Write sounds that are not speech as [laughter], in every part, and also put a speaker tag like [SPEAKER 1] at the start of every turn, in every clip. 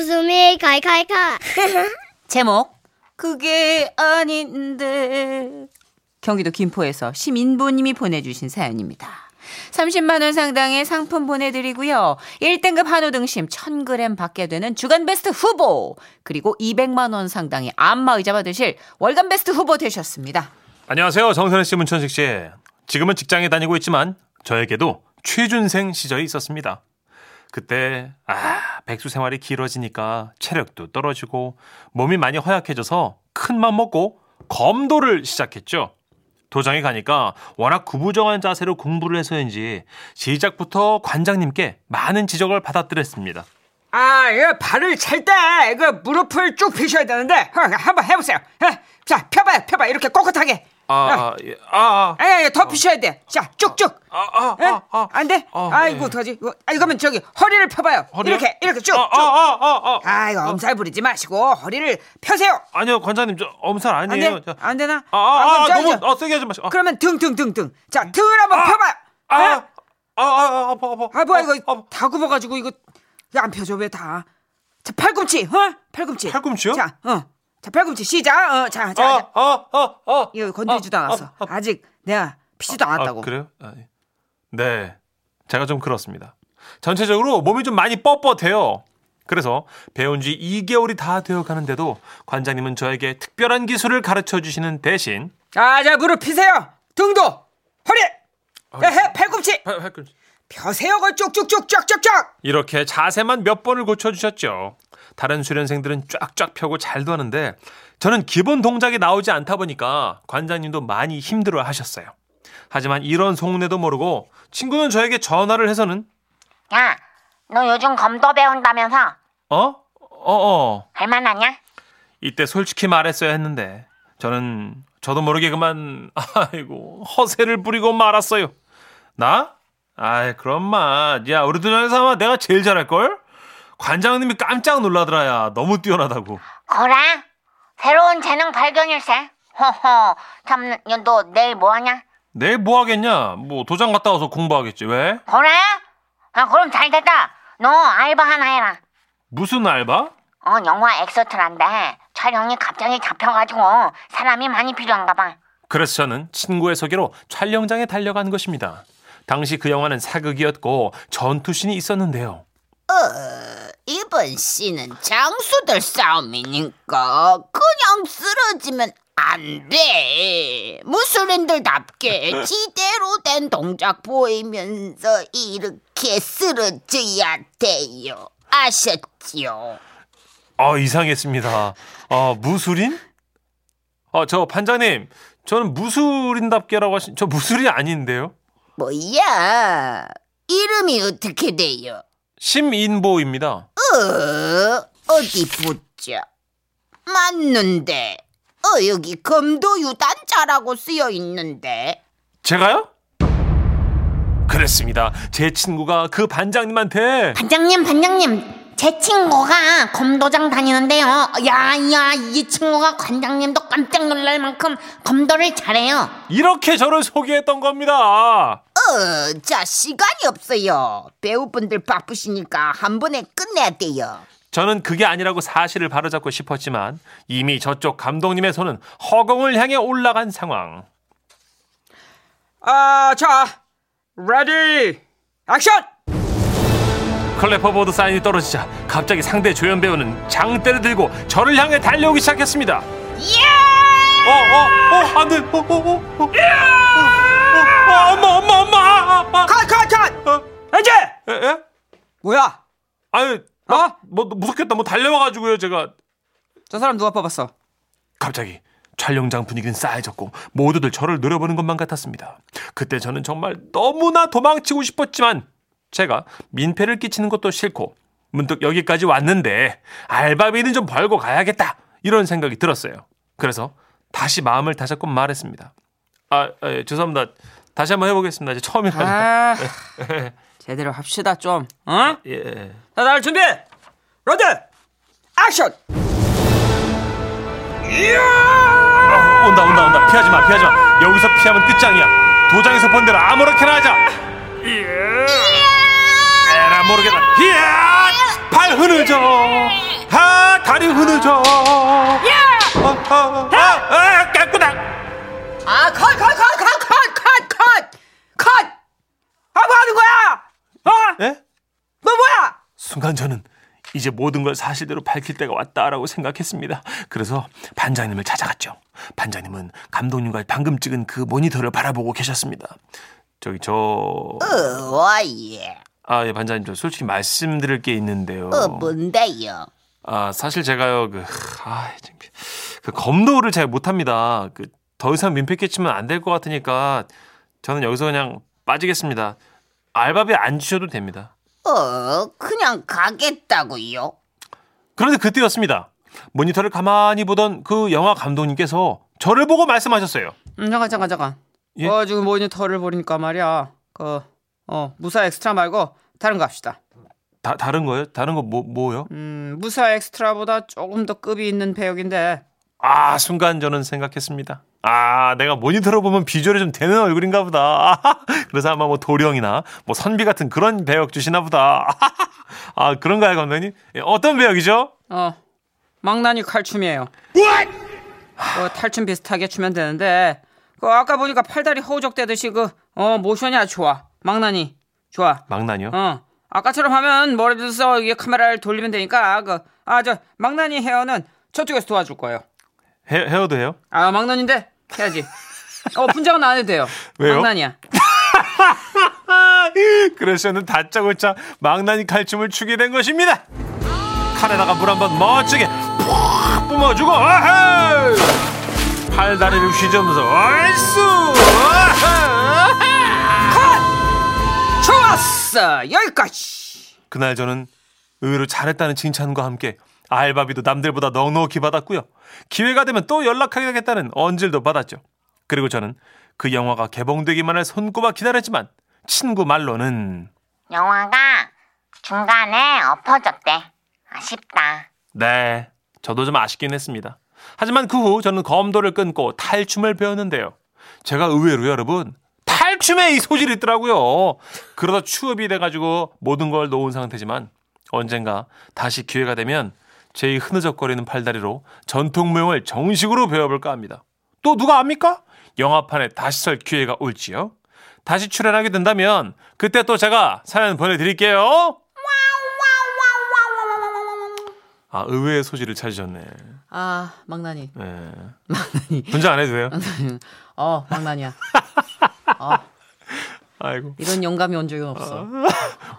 [SPEAKER 1] 이카 이카 이카.
[SPEAKER 2] 제목 그게 아닌데 경기도 김포에서 시민보님이 보내주신 사연입니다. 30만 원 상당의 상품 보내드리고요. 1등급 한우 등심 1000g 받게 되는 주간베스트 후보 그리고 200만 원 상당의 안마의자 받으실 월간베스트 후보 되셨습니다.
[SPEAKER 3] 안녕하세요. 정선혜 씨, 문천식 씨. 지금은 직장에 다니고 있지만 저에게도 취준생 시절이 있었습니다. 그때 아 백수 생활이 길어지니까 체력도 떨어지고 몸이 많이 허약해져서 큰 맘 먹고 검도를 시작했죠. 도장에 가니까 워낙 구부정한 자세로 공부를 해서인지 시작부터 관장님께 많은 지적을 받았더랬습니다.
[SPEAKER 4] 아, 이거 발을 찰 때 이거 무릎을 쭉 펴셔야 되는데 어, 한번 해보세요. 어, 자, 펴봐요, 펴봐 이렇게 꼿꼿하게.
[SPEAKER 3] 아, 아, 예, 아, 아,
[SPEAKER 4] 예, 예, 더 피셔야 돼. 자, 쭉쭉.
[SPEAKER 3] 아,
[SPEAKER 4] 예?
[SPEAKER 3] 아, 아,
[SPEAKER 4] 안 돼?
[SPEAKER 3] 아,
[SPEAKER 4] 아,
[SPEAKER 3] 예.
[SPEAKER 4] 이거 어떡하지? 이거, 아, 이거면 저기 허리를 펴봐요.
[SPEAKER 3] 허리요?
[SPEAKER 4] 이렇게, 이렇게 쭉.
[SPEAKER 3] 아,
[SPEAKER 4] 쭉. 아,
[SPEAKER 3] 아, 아, 아, 아.
[SPEAKER 4] 이거 어, 엄살 부리지 마시고 허리를 펴세요.
[SPEAKER 3] 아니요, 관장님, 저 엄살
[SPEAKER 4] 안
[SPEAKER 3] 아니에요.
[SPEAKER 4] 돼?
[SPEAKER 3] 저-
[SPEAKER 4] 안 되나?
[SPEAKER 3] 아, 아, 아,
[SPEAKER 4] 그럼
[SPEAKER 3] 너무
[SPEAKER 4] 저기 저-
[SPEAKER 3] 아, 세게 하지 마시고. 아,
[SPEAKER 4] 그러면 등, 등, 등, 등. 자, 등을 한번 펴봐요.
[SPEAKER 3] 아,
[SPEAKER 4] 예?
[SPEAKER 3] 아, 아, 아, 아파, 아파.
[SPEAKER 4] 아 뭐야 이거
[SPEAKER 3] 아, 아파.
[SPEAKER 4] 다 굽어가지고 이거 이거 안 펴져 왜 다? 자 팔꿈치, 어? 팔꿈치.
[SPEAKER 3] 팔꿈치요?
[SPEAKER 4] 자, 어. 자 팔꿈치 시작. 어, 자, 자, 자.
[SPEAKER 3] 아, 아, 아, 아.
[SPEAKER 4] 이거 건드리지도 않았어. 어,
[SPEAKER 3] 아,
[SPEAKER 4] 아, 직 내가 피지도 않았다고.
[SPEAKER 3] 아, 그래요? 아, 예. 네. 제가 좀 그렇습니다. 전체적으로 몸이 좀 많이 뻣뻣해요. 그래서 배운 지 2개월이 다 되어 가는데도 관장님은 저에게 특별한 기술을 가르쳐 주시는 대신
[SPEAKER 4] 아, 자, 자 무릎 피세요. 등도 허리. 에헤, 팔꿈치. 펴세요, 걸 쭉쭉쭉쭉쭉쭉.
[SPEAKER 3] 이렇게 자세만 몇 번을 고쳐 주셨죠. 다른 수련생들은 쫙쫙 펴고 잘도 하는데 저는 기본 동작이 나오지 않다 보니까 관장님도 많이 힘들어 하셨어요. 하지만 이런 속내도 모르고 친구는 저에게 전화를 해서는
[SPEAKER 5] 야, 너 요즘 검도 배운다면서
[SPEAKER 3] 어? 어 어.
[SPEAKER 5] 얼마나냐?
[SPEAKER 3] 이때 솔직히 말했어야 했는데 저는 저도 모르게 그만 [laughs] 아이고 허세를 부리고 말았어요. 나? 아이 그런 맛야 우리 도전에서 아마 내가 제일 잘할 걸. 관장님이 깜짝 놀라더라야 너무 뛰어나다고.
[SPEAKER 5] 거라 새로운 재능 발견일세. 허허, 참, 야, 너 내일 뭐하냐?
[SPEAKER 3] 내일 뭐 하겠냐? 뭐 도장 갔다 와서 공부하겠지 왜?
[SPEAKER 5] 거라? 아, 그럼 잘 됐다. 너 알바 하나 해라.
[SPEAKER 3] 무슨 알바?
[SPEAKER 5] 어, 영화 엑소트란데 촬영이 갑자기 잡혀가지고 사람이 많이 필요한가 봐.
[SPEAKER 3] 그래서 저는 친구의 소개로 촬영장에 달려간 것입니다. 당시 그 영화는 사극이었고 전투신이 있었는데요.
[SPEAKER 6] 어, 이번 씨는 장수들 싸움이니까 그냥 쓰러지면 안 돼.
[SPEAKER 4] [laughs]
[SPEAKER 6] 무술인들답게 지대로 된 동작 보이면서 이렇게 쓰러져야 돼요. 아셨지요?
[SPEAKER 3] 아 이상했습니다. 아 무술인? 아저 반장님 저는 무술인답게라고 하신 저 무술이 아닌데요.
[SPEAKER 6] 뭐야? 이름이 어떻게 돼요?
[SPEAKER 3] 심인보입니다.
[SPEAKER 6] 어, 어디 보자. 맞는데. 어, 여기 검도 유단자라고 쓰여 있는데.
[SPEAKER 3] 제가요? 그랬습니다. 제 친구가 그 반장님한테
[SPEAKER 5] 반장님, 반장님, 제 친구가 검도장 다니는데요. 야, 야, 이 친구가 관장님도 깜짝 놀랄 만큼 검도를 잘해요.
[SPEAKER 3] 이렇게 저를 소개했던 겁니다.
[SPEAKER 6] 어, 자, 시간이 없어요. 배우분들 바쁘시니까 한 번에 끝내야 돼요.
[SPEAKER 3] 저는 그게 아니라고 사실을 바로잡고 싶었지만 이미 저쪽 감독님의 손은 허공을 향해 올라간 상황.
[SPEAKER 4] 아, 자, 레디, 액션.
[SPEAKER 3] 클래퍼보드 사인이 떨어지자 갑자기 상대 조연 배우는 장대를 들고 저를 향해 달려오기 시작했습니다. 어, 어, 어, 안 돼. 어, 어, 어, 어. 어, 어, 엄마, 엄마, 엄마. 아, 아,
[SPEAKER 4] 컷, 컷, 컷.
[SPEAKER 3] 아. 어,
[SPEAKER 4] 이제
[SPEAKER 3] 에, 에?
[SPEAKER 4] 뭐야?
[SPEAKER 3] 아니,
[SPEAKER 4] 어?
[SPEAKER 3] 뭐 무섭겠다. 뭐 달려와가지고요, 제가.
[SPEAKER 4] 저 사람 누가 뽑았어?
[SPEAKER 3] 갑자기 촬영장 분위기는 싸해졌고 모두들 저를 노려보는 것만 같았습니다. 그때 저는 정말 너무나 도망치고 싶었지만 제가 민폐를 끼치는 것도 싫고 문득 여기까지 왔는데 알바비는 좀 벌고 가야겠다 이런 생각이 들었어요. 그래서 다시 마음을 다잡고 말했습니다. 아, 아, 예, 죄송합니다. 다시 한번 해보겠습니다. 이제 처음이라.
[SPEAKER 4] 아, 제대로 합시다 좀. 어?
[SPEAKER 3] 예, 예.
[SPEAKER 4] 자, 다들 준비. 로드 액션.
[SPEAKER 3] 아, 온다 온다 온다 피하지 마 피하지 마 여기서 피하면 끝장이야 도장에서 본 대로 아무렇게나 하자 예. 에라 모르겠다 히야 발 흐느져 예. 아 다리 흐느져. 야! 아, 아, 아, 아, 깼구나.
[SPEAKER 4] 아, 컷, 컷, 컷, 컷, 컷, 컷, 컷, 컷! 아, 뭐 하는 거야? 어?
[SPEAKER 3] 예?
[SPEAKER 4] 너 뭐야?
[SPEAKER 3] 순간 저는 이제 모든 걸 사실대로 밝힐 때가 왔다라고 생각했습니다. 그래서 반장님을 찾아갔죠. 반장님은 감독님과 방금 찍은 그 모니터를 바라보고 계셨습니다. 저기 저
[SPEAKER 6] 어, 어예
[SPEAKER 3] 아, 예, 반장님, 저 솔직히 말씀드릴 게 있는데요.
[SPEAKER 6] 어 뭔데요
[SPEAKER 3] 아, 사실 제가요, 그, 아, 지금 그 검도를 잘 못합니다. 그, 더 이상 민폐 끼치면 안 될 것 같으니까 저는 여기서 그냥 빠지겠습니다. 알바비 안 주셔도 됩니다.
[SPEAKER 6] 어 그냥 가겠다고요
[SPEAKER 3] 그런데 그때였습니다. 모니터를 가만히 보던 그 영화 감독님께서 저를 보고 말씀하셨어요.
[SPEAKER 4] 음, 잠깐, 잠깐, 잠깐.
[SPEAKER 3] 예?
[SPEAKER 4] 어, 지금 모니터를 보니까 말이야. 그, 어, 무사 엑스트라 말고 다른 거 합시다.
[SPEAKER 3] 다, 다른 거요? 다른 거 뭐, 뭐요?
[SPEAKER 4] 음, 무사 엑스트라보다 조금 더 급이 있는 배역인데
[SPEAKER 3] 아, 순간 저는 생각했습니다. 아, 내가 모니터로 보면 비주얼이 좀 되는 얼굴인가 보다. [laughs] 아하, 그래서 아마 뭐 도령이나 뭐 선비 같은 그런 배역 주시나 보다. [laughs] 아하, 아, 그런가요, 감독님? 예, 어떤 배역이죠?
[SPEAKER 4] 어 망나니 칼춤이에요. 어, 탈춤 비슷하게 추면 되는데 그 아까 보니까 팔다리 허우적대듯이 그 어 모션이 아주 좋아. 망나니 좋아.
[SPEAKER 3] 망나니요?
[SPEAKER 4] 어 아까처럼 하면 머리에서 이게 카메라를 돌리면 되니까 그 아 저 망나니 헤어는 저쪽에서 도와줄 거예요.
[SPEAKER 3] 헤, 헤어도 해요? [laughs]
[SPEAKER 4] 아 망나니인데 해야지. 어 분장은 안 해도 돼요.
[SPEAKER 3] 왜요?
[SPEAKER 4] 망나니야.
[SPEAKER 3] 그래서 저는 다짜고짜 망나니 칼춤을 추게 된 것입니다. 칼에다가 물 한 번 멋지게 푹 뿜어주고 아하! 팔다리를 휘저으면서 얼쑤! 아하!
[SPEAKER 4] 좋았어 여기까지.
[SPEAKER 3] 그날 저는 의외로 잘했다는 칭찬과 함께 알바비도 남들보다 넉넉히 받았고요. 기회가 되면 또 연락하겠다는 언질도 받았죠. 그리고 저는 그 영화가 개봉되기만을 손꼽아 기다렸지만 친구 말로는
[SPEAKER 5] 영화가 중간에 엎어졌대. 아쉽다.
[SPEAKER 3] 네, 저도 좀 아쉽긴 했습니다. 하지만 그 후 저는 검도를 끊고 탈춤을 배웠는데요. 제가 의외로 여러분 탈춤에 이 소질이 있더라고요. 그러다 취업이 돼가지고 모든 걸 놓은 상태지만 언젠가 다시 기회가 되면 제 이 흐느적거리는 팔다리로 전통무용을 정식으로 배워볼까 합니다. 또 누가 압니까? 영화판에 다시 설 기회가 올지요. 다시 출연하게 된다면 그때 또 제가 사연 보내드릴게요. 아 의외의 소질을 찾으셨네.
[SPEAKER 4] 아 망나니.
[SPEAKER 3] 예. 분장 안 해도 돼요?
[SPEAKER 4] 어 망나니야.
[SPEAKER 3] 아이고.
[SPEAKER 4] 이런 영감이 온 적이 없어.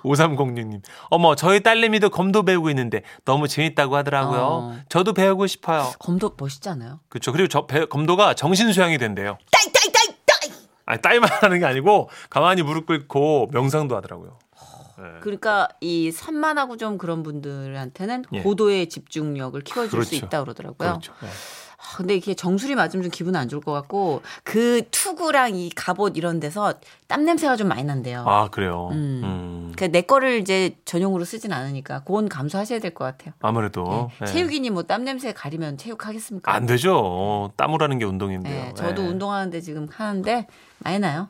[SPEAKER 3] 5306님. 어머, 저희 딸내미도 검도 배우고 있는데 너무 재밌다고 하더라고요.
[SPEAKER 4] 어.
[SPEAKER 3] 저도 배우고 싶어요.
[SPEAKER 4] 검도 멋있지 않아요?
[SPEAKER 3] 그렇죠. 그리고 저 배- 검도가 정신수양이 된대요.
[SPEAKER 6] 따이따이따이따이
[SPEAKER 3] 아니, 따위만 하는 게 아니고 가만히 무릎 꿇고 명상도 하더라고요. 예,
[SPEAKER 2] 그러니까 이 산만하고 좀 그런 분들한테는
[SPEAKER 3] 예.
[SPEAKER 2] 고도의 집중력을 키워줄 수
[SPEAKER 3] 그렇죠.
[SPEAKER 2] 있다 고 그러더라고요.
[SPEAKER 3] 그렇죠. 예.
[SPEAKER 2] 아, 근데 이게 정수리 맞으면 좀 기분 안 좋을 것 같고 그 투구랑 이 갑옷 이런 데서 땀 냄새가 좀 많이 난대요.
[SPEAKER 3] 아, 그래요.
[SPEAKER 2] 음.
[SPEAKER 3] 음.
[SPEAKER 2] 그 내 거를 이제 전용으로 쓰진 않으니까 그건 감수하셔야 될 것 같아요.
[SPEAKER 3] 아무래도.
[SPEAKER 4] 네,
[SPEAKER 3] 예.
[SPEAKER 2] 체육인이 뭐 땀 냄새 가리면 체육하겠습니까?
[SPEAKER 3] 안 되죠. 땀을 하는 게
[SPEAKER 2] 예,
[SPEAKER 4] 네,
[SPEAKER 3] 운동인데요.
[SPEAKER 2] 저도
[SPEAKER 3] 예.
[SPEAKER 2] 운동하는데 지금 하는데 많이
[SPEAKER 3] [laughs]
[SPEAKER 2] 나요.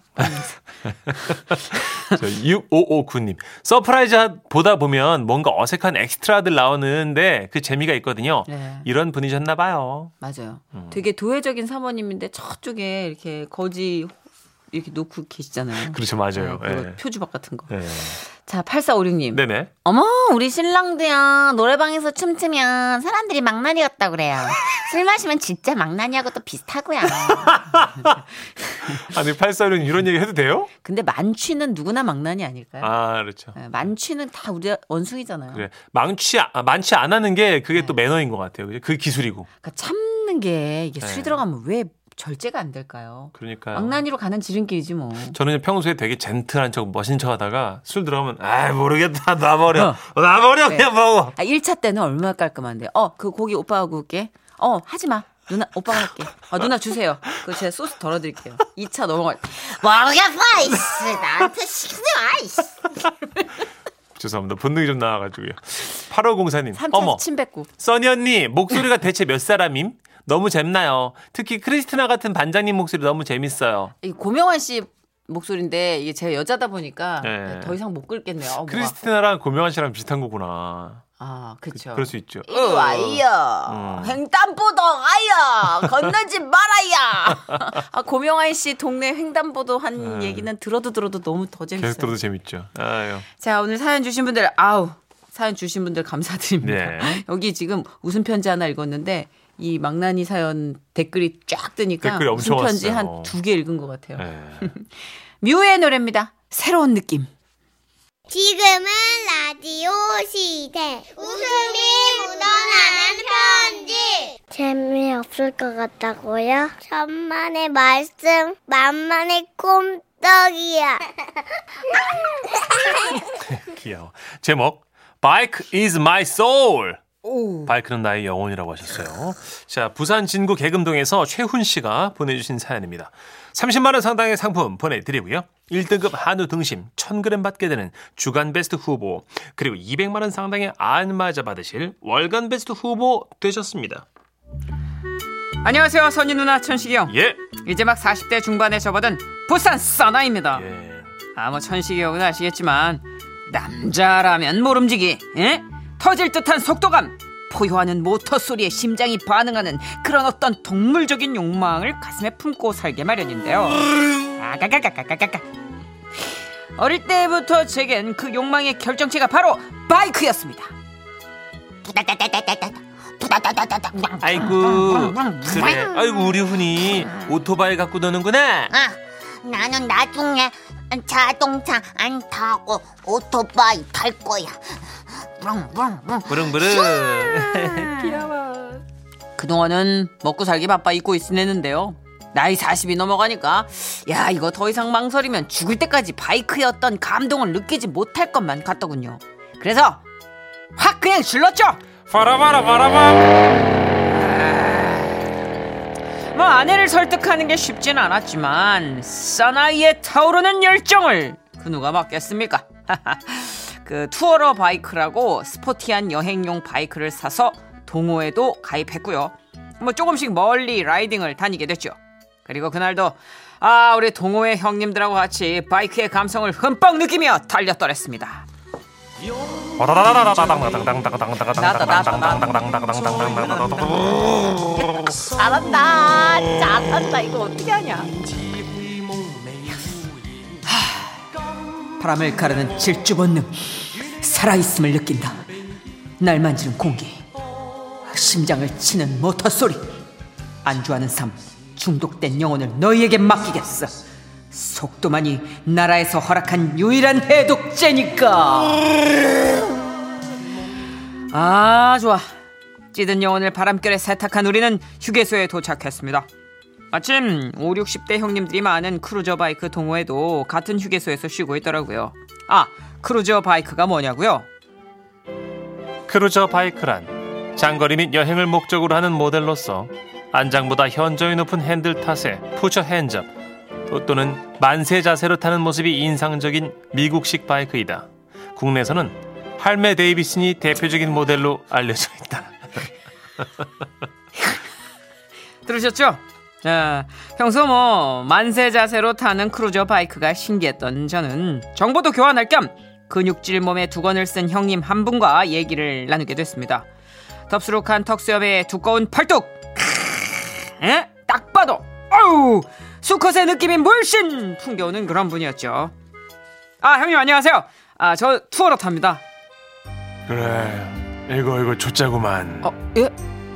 [SPEAKER 3] 저 6559님. 서프라이즈 보다 보면 뭔가 어색한 엑스트라들 나오는데 그 재미가 있거든요.
[SPEAKER 2] 네.
[SPEAKER 3] 이런 분이셨나 봐요.
[SPEAKER 2] 맞아요.
[SPEAKER 3] 음.
[SPEAKER 2] 되게 도회적인 사모님인데 저쪽에 이렇게 거지 이렇게 놓고 계시잖아요.
[SPEAKER 3] 그렇죠. 맞아요.
[SPEAKER 2] 네, 그거
[SPEAKER 3] 예.
[SPEAKER 2] 표주박 같은 거.
[SPEAKER 3] 예.
[SPEAKER 2] 자, 8456님.
[SPEAKER 3] 네네.
[SPEAKER 5] 어머, 우리 신랑도요. 노래방에서 춤추면 사람들이 망나니였다 그래요. 술 마시면 진짜 망나니하고 또 비슷하고요.
[SPEAKER 3] 아니, 84는 이런 얘기 해도 돼요?
[SPEAKER 2] 근데 만취는 누구나 망난이 아닐까요?
[SPEAKER 3] 아, 그렇죠.
[SPEAKER 2] 네, 만취는 다 우리 원숭이잖아요.
[SPEAKER 3] 그래. 망치, 아, 많지 안 하는 게 그게
[SPEAKER 2] 네.
[SPEAKER 3] 또 매너인 것 같아요. 그죠? 그 기술이고.
[SPEAKER 2] 그러니까 참는 게 이게 술이
[SPEAKER 3] 네.
[SPEAKER 2] 들어가면 왜 절제가 안 될까요?
[SPEAKER 3] 그러니까.
[SPEAKER 2] 망난이로 가는 지름길이지
[SPEAKER 5] [laughs]
[SPEAKER 2] 뭐.
[SPEAKER 3] 저는 평소에 되게 젠틀한 척, 멋진 척 하다가 술 들어가면, 아 모르겠다. [laughs]
[SPEAKER 2] 어.
[SPEAKER 3] 놔버려. 놔버려. 그냥 먹어.
[SPEAKER 2] 아, 1차 때는 얼마나 깔끔한데. 어, 그 고기 오빠가 구울게. 어, 하지 마. 누나, 오빠가 할게. 아, 누나 주세요. 그 제가 소스 덜어드릴게요. 2차 넘어갈 때.
[SPEAKER 5] 모르겠어, 이씨. 나한테 시키지 마, 이씨.
[SPEAKER 3] 죄송합니다. 본능이 좀 나와가지고요. 8504님.
[SPEAKER 2] 3차
[SPEAKER 3] 어머.
[SPEAKER 2] 침 뱉고.
[SPEAKER 3] 써니 언니 목소리가 대체 몇 사람임? 너무 잼나요. 특히 크리스티나 같은 반장님 목소리 너무 재밌어요.
[SPEAKER 2] 이 고명환 씨 목소리인데 이게 제가 여자다 보니까
[SPEAKER 3] 네.
[SPEAKER 2] 더 이상 못 긁겠네요. 아, 뭐가.
[SPEAKER 3] 크리스티나랑 고명환 씨랑 비슷한 거구나.
[SPEAKER 2] 아, 음, 그렇죠.
[SPEAKER 3] 그럴 수 있죠. 음,
[SPEAKER 6] 이리 어, 와요.
[SPEAKER 4] 어,
[SPEAKER 6] 횡단보도 가요. 건너지 말아요.
[SPEAKER 2] [laughs] 아, 고명환 씨 동네 횡단보도 한 얘기는 들어도 들어도 너무 더 재밌어요.
[SPEAKER 3] 네. 계속 들어도 재밌죠. 아유.
[SPEAKER 2] 자, 오늘 사연 주신 분들 아우 사연 주신 분들
[SPEAKER 4] 어.
[SPEAKER 2] 감사드립니다.
[SPEAKER 3] 네.
[SPEAKER 2] [laughs] 여기 지금 웃음 편지 하나 읽었는데 이 망나니 사연 댓글이 쫙 뜨니까
[SPEAKER 3] 댓글이 엄청
[SPEAKER 2] 웃음 편지
[SPEAKER 3] 왔어요.
[SPEAKER 2] 한 두 개 읽은 것 같아요.
[SPEAKER 3] 예.
[SPEAKER 2] 뮤의 노래입니다. 새로운 느낌.
[SPEAKER 1] 지금은 라디오 시대. 웃음이 묻어나는 편지. 재미없을 것 같다고요? 천만의 말씀, 만만의 꼼떡이야.
[SPEAKER 3] 귀여워. 제목 Bike is my soul. 바이크는 나의 영혼이라고 하셨어요. 자, 부산 진구 계금동에서 최훈 씨가 보내주신 사연입니다. 30만 원 상당의 상품 보내드리고요. 1등급 한우 등심 1,000g 받게 되는 주간 베스트 후보 그리고 200만 원 상당의 안마자 받으실 월간 베스트 후보 되셨습니다.
[SPEAKER 4] 안녕하세요 선희 누나 천식이 형
[SPEAKER 3] 예,
[SPEAKER 4] 이제 막 40대 중반에 접어든 부산 사나입니다
[SPEAKER 3] 예,
[SPEAKER 4] 아뭐 천식이 형은 아시겠지만 남자라면 모름지기 예? 터질 듯한 속도감 포효하는 모터 소리에 심장이 반응하는 그런 어떤 동물적인 욕망을 가슴에 품고 살게 마련인데요 아가가가가가가 어릴 때부터 제겐 그 욕망의 결정체가 바로 바이크였습니다
[SPEAKER 5] 부다다다다다다. 부다다다다다.
[SPEAKER 3] 아이고 그래, 아이고 우리 훈이 오토바이 갖고 노는구나.
[SPEAKER 5] 아, 나는 나중에 자동차 안 타고 오토바이 탈 거야. 브릉브릉브릉.
[SPEAKER 3] 부릉부릉.
[SPEAKER 4] 그동안은 먹고 살기 바빠 잊고 있었는데요. 나이 40이 넘어가니까 야 이거 더 이상 망설이면 죽을 때까지 바이크의 어떤 감동을 느끼지 못할 것만 같더군요. 그래서 확 그냥 질렀죠.
[SPEAKER 3] 바라바라바라밤.
[SPEAKER 4] 뭐 아내를 설득하는 게 쉽진 않았지만 사나이에 타오르는 열정을 그 누가 막겠습니까? [laughs] 그 투어러 바이크라고 스포티한 여행용 바이크를 사서 동호회도 가입했고요. 뭐 조금씩 멀리 라이딩을 다니게 됐죠. 그리고 그날도 아 우리 동호회 형님들하고 같이 바이크의 감성을 흠뻑 느끼며 달렸더랬습니다.
[SPEAKER 3] 어,
[SPEAKER 5] 아,
[SPEAKER 2] 잘한다. 잘한다. 이거 어떻게 하냐.
[SPEAKER 4] 바람을 가르는 질주 본능 살아있음을 느낀다 날 만지는 공기 심장을 치는 모터 소리 안주하는 삶 중독된 영혼을 너희에게 맡기겠어 속도만이 나라에서 허락한 유일한 해독제니까 아 좋아 찌든 영혼을 바람결에 세탁한 우리는 휴게소에 도착했습니다 마침 5, 60대 형님들이 많은 크루저 바이크 동호회도 같은 휴게소에서 쉬고 있더라고요. 아, 크루저 바이크가 뭐냐고요?
[SPEAKER 3] 크루저 바이크란 장거리 및 여행을 목적으로 하는 모델로서 안장보다 현저히 높은 핸들 탓에 푸처 핸접 또- 또는 만세 자세로 타는 모습이 인상적인 미국식 바이크이다. 국내에서는 할매 데이비슨이 대표적인 모델로 알려져 있다.
[SPEAKER 4] 들으셨죠? 자, 평소 뭐 만세 자세로 타는 크루저 바이크가 신기했던 저는 정보도 교환할 겸 근육질 몸에 두건을 쓴 형님 한 분과 얘기를 나누게 됐습니다. 덥수룩한 턱수염에 두꺼운 팔뚝, 크으, 에? 딱 봐도 어우 수컷의 느낌이 물씬 풍겨오는 그런 분이었죠. 아 형님 안녕하세요. 아 저 투어러 탑니다.
[SPEAKER 3] 그래, 이거 이거 좋자구만.
[SPEAKER 4] 어 예?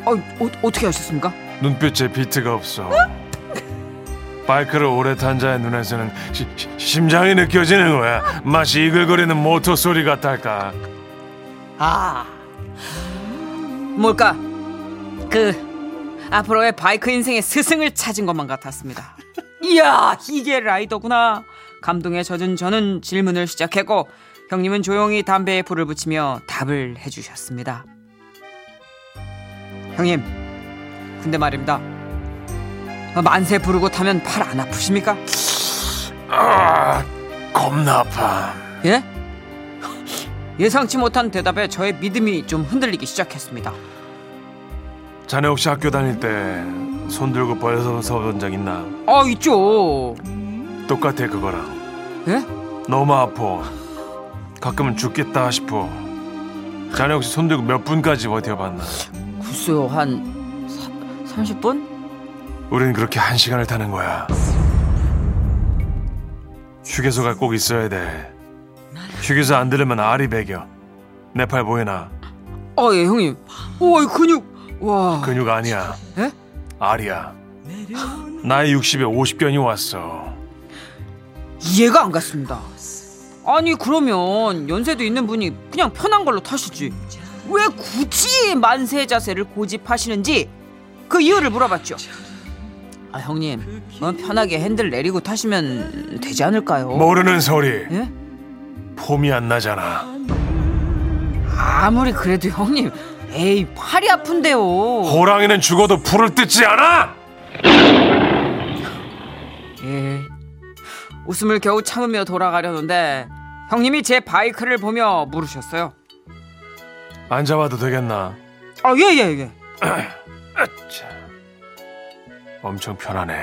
[SPEAKER 4] 어, 어 어떻게 하셨습니까?
[SPEAKER 3] 눈빛에 비트가 없어. 바이크를 오래 탄 자의 눈에서는 시- 시- 심장이 느껴지는 거야. 맛이 이글거리는 모터 소리 같달까.
[SPEAKER 4] 아 뭘까 그 앞으로의 바이크 인생의 스승을 찾은 것만 같았습니다 이야 이게 라이더구나 감동에 젖은 저는 질문을 시작했고 형님은 조용히 담배에 불을 붙이며 답을 해주셨습니다 형님 근데 말입니다 어, 만세 부르고 타면 팔 안 아프십니까?
[SPEAKER 3] 아, 겁나 아파.
[SPEAKER 4] 예? 예상치 못한 대답에 저의 믿음이 좀 흔들리기 시작했습니다
[SPEAKER 3] 자네 혹시 학교 다닐 때 손 들고 벌려서 본적 있나?
[SPEAKER 4] 아 있죠
[SPEAKER 3] 똑같아 그거랑.
[SPEAKER 4] 예?
[SPEAKER 3] 너무 아파. 가끔은 죽겠다 싶어. 자네 혹시 손 들고 몇 분까지 버텨봤나?
[SPEAKER 7] 글쎄요 한 30분?
[SPEAKER 3] 우린 그렇게 한 시간을 타는 거야. 휴게소가 꼭 있어야 돼. 휴게소 안 들으면 알이 베겨. 내 팔 보이나?
[SPEAKER 7] 아 예 형님 우와 이 근육 와
[SPEAKER 3] 근육 아니야.
[SPEAKER 7] 에?
[SPEAKER 3] 알이야. 나이 60에 50견이 왔어.
[SPEAKER 7] 이해가 안 갔습니다 아니 그러면 연세도 있는 분이 그냥 편한 걸로 타시지 왜 굳이 만세 자세를 고집하시는지 그 이유를 물어봤죠 아 형님 어, 편하게 핸들 내리고 타시면 되지 않을까요?
[SPEAKER 3] 모르는 소리.
[SPEAKER 7] 예?
[SPEAKER 3] 폼이 안 나잖아.
[SPEAKER 7] 아무리 그래도 형님 에이 팔이 아픈데요
[SPEAKER 3] 호랑이는 죽어도 풀을 뜯지 않아.
[SPEAKER 7] 예. 웃음을 겨우 참으며 돌아가려는데 형님이 제 바이크를 보며 물으셨어요.
[SPEAKER 3] 앉아봐도 되겠나?
[SPEAKER 7] 아 예 예예.
[SPEAKER 3] 자, 엄청 편하네.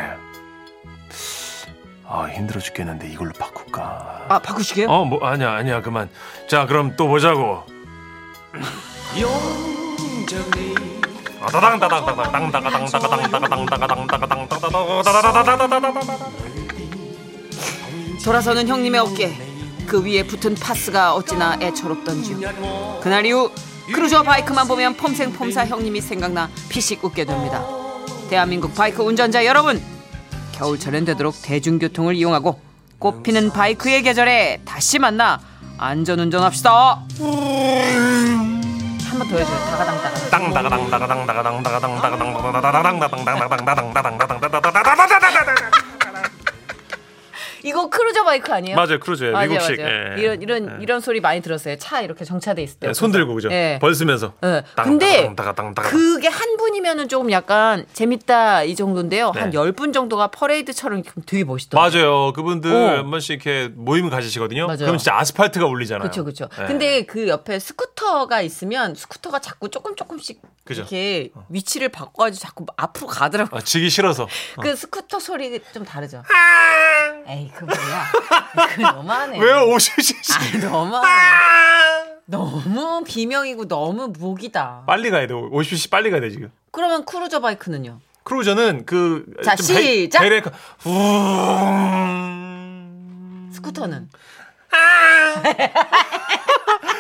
[SPEAKER 3] 아 힘들어 죽겠는데 이걸로 바꿀까?
[SPEAKER 7] 아 바꾸시게요?
[SPEAKER 3] 어, 뭐 아니야, 아니야, 그만. 자, 그럼 또 보자고.
[SPEAKER 7] 돌아서는 형님의 어깨 그 위에 붙은 파스가 어찌나 애처롭던지요. 그날 이후 크루저 바이크만 보면 폼생폼사 형님이 생각나 피식 웃게 됩니다. 대한민국 바이크 운전자 여러분 겨울철엔 되도록 대중교통을 이용하고 꽃피는 바이크의 계절에 다시 만나 안전운전합시다. 한 번 더 해줘요. 다가당다가.
[SPEAKER 4] 이거 크루저 바이크 아니에요?
[SPEAKER 3] 맞아요, 크루즈예요,
[SPEAKER 4] 맞아요,
[SPEAKER 3] 미국식.
[SPEAKER 4] 맞아요.
[SPEAKER 3] 예.
[SPEAKER 4] 이런 이런 이런 소리 많이 들었어요. 차 이렇게 정차돼 있을 때.
[SPEAKER 3] 손 들고 그죠?
[SPEAKER 4] 예.
[SPEAKER 3] 벌스면서.
[SPEAKER 4] 예. 근데 그게 한 분이면은 조금 약간 재밌다 이 정도인데요.
[SPEAKER 3] 네.
[SPEAKER 4] 한 열 분 정도가 퍼레이드처럼 이렇게 되게 멋있더라고요.
[SPEAKER 3] 맞아요. 그분들
[SPEAKER 4] 어.
[SPEAKER 3] 한 번씩 이렇게 모임 가지시거든요.
[SPEAKER 4] 맞아요.
[SPEAKER 3] 그럼 진짜 아스팔트가 울리잖아요.
[SPEAKER 4] 그렇죠, 그렇죠.
[SPEAKER 3] 예.
[SPEAKER 4] 근데 그 옆에 스쿠터가 있으면 스쿠터가 자꾸 조금 조금씩
[SPEAKER 3] 그죠. 어.
[SPEAKER 4] 이렇게 위치를 바꿔가지고 자꾸 앞으로 가더라고. 요
[SPEAKER 3] 아, 지기 싫어서. 아!
[SPEAKER 4] 그 스쿠터 소리 좀 다르죠. 에이 그 뭐야? 그 너무하네.
[SPEAKER 3] 왜요? 오시지.
[SPEAKER 4] 아니, 너무하네. 너무 비명이고 너무 목이다.
[SPEAKER 3] 빨리 가야 돼. 50cc 빨리 가야 돼, 지금.
[SPEAKER 4] 그러면 크루저 바이크는요?
[SPEAKER 3] 크루저는 그.
[SPEAKER 4] 자,
[SPEAKER 3] 좀 배-
[SPEAKER 4] 시작!
[SPEAKER 3] 배를 이렇게 후- 음.
[SPEAKER 4] 스쿠터는? 아.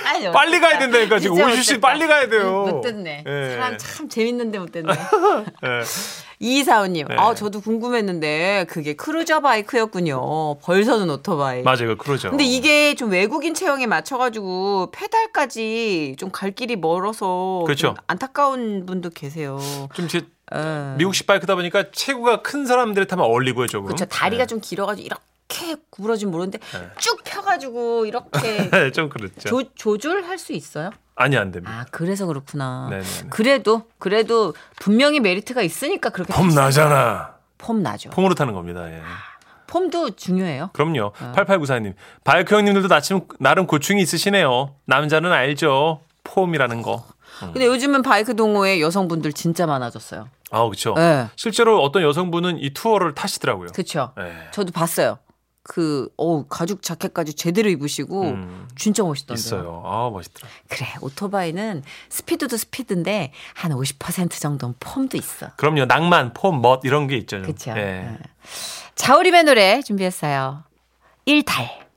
[SPEAKER 4] 아니, [laughs] 어떡해.
[SPEAKER 3] 빨리 가야 된다니까. 지금
[SPEAKER 4] 이제
[SPEAKER 3] 50cc
[SPEAKER 4] 어쨌다.
[SPEAKER 3] 빨리 가야 돼요.
[SPEAKER 4] 못 듣네.
[SPEAKER 3] 예.
[SPEAKER 4] 사람 참 재밌는데
[SPEAKER 3] [laughs]
[SPEAKER 4] 못 듣네.
[SPEAKER 3] 예.
[SPEAKER 4] 이사우님,
[SPEAKER 3] 네.
[SPEAKER 4] 아 저도 궁금했는데 그게 크루저 바이크였군요. 벌서는 오토바이.
[SPEAKER 3] 맞아요, 그 크루저.
[SPEAKER 4] 근데 이게 좀 외국인 체형에 맞춰가지고 페달까지 좀 갈 길이 멀어서
[SPEAKER 3] 그렇죠.
[SPEAKER 4] 좀 안타까운 분도 계세요.
[SPEAKER 3] 좀 제,
[SPEAKER 4] 예.
[SPEAKER 3] 미국식 바이크다 보니까 체구가 큰 사람들이 타면 어울리고요, 예. 조금.
[SPEAKER 4] 그렇죠. 다리가
[SPEAKER 3] 네.
[SPEAKER 4] 좀 길어가지고 이렇게 구부러진 모르는데 쭉 펴가지고 이렇게
[SPEAKER 3] [laughs] 네, 좀 네. [laughs] 그렇죠.
[SPEAKER 4] 조, 조절할 수 있어요?
[SPEAKER 3] 아니 안 됩니다.
[SPEAKER 4] 아 그래서 그렇구나.
[SPEAKER 3] 네네네.
[SPEAKER 4] 그래도 그래도 분명히 메리트가 있으니까 그렇게
[SPEAKER 3] 폼 나잖아.
[SPEAKER 4] 폼 나죠.
[SPEAKER 3] 폼으로 타는 겁니다. 예.
[SPEAKER 4] 폼도 중요해요.
[SPEAKER 3] 그럼요.
[SPEAKER 4] 아.
[SPEAKER 3] 8894님. 바이크 형님들도 나침, 나름 고충이 있으시네요. 남자는 알죠. 폼이라는 거.
[SPEAKER 4] 근데 요즘은 바이크 동호회 여성분들 진짜 많아졌어요.
[SPEAKER 3] 아, 그렇죠.
[SPEAKER 4] 네.
[SPEAKER 3] 실제로 어떤 여성분은 이 투어를 타시더라고요.
[SPEAKER 4] 그렇죠.
[SPEAKER 3] 예.
[SPEAKER 4] 저도 봤어요. 그 어, 가죽 자켓까지 제대로 입으시고
[SPEAKER 3] 음,
[SPEAKER 4] 진짜 멋있던데.
[SPEAKER 3] 있어요. 아, 멋있더라.
[SPEAKER 4] 그래 오토바이는 스피드도 스피드인데 한 50% 정도는 폼도 있어.
[SPEAKER 3] 그럼요. 낭만, 폼, 멋 이런 게 있죠. 좀.
[SPEAKER 4] 그렇죠.
[SPEAKER 3] 예.
[SPEAKER 4] 자우림의 노래 준비했어요. 일달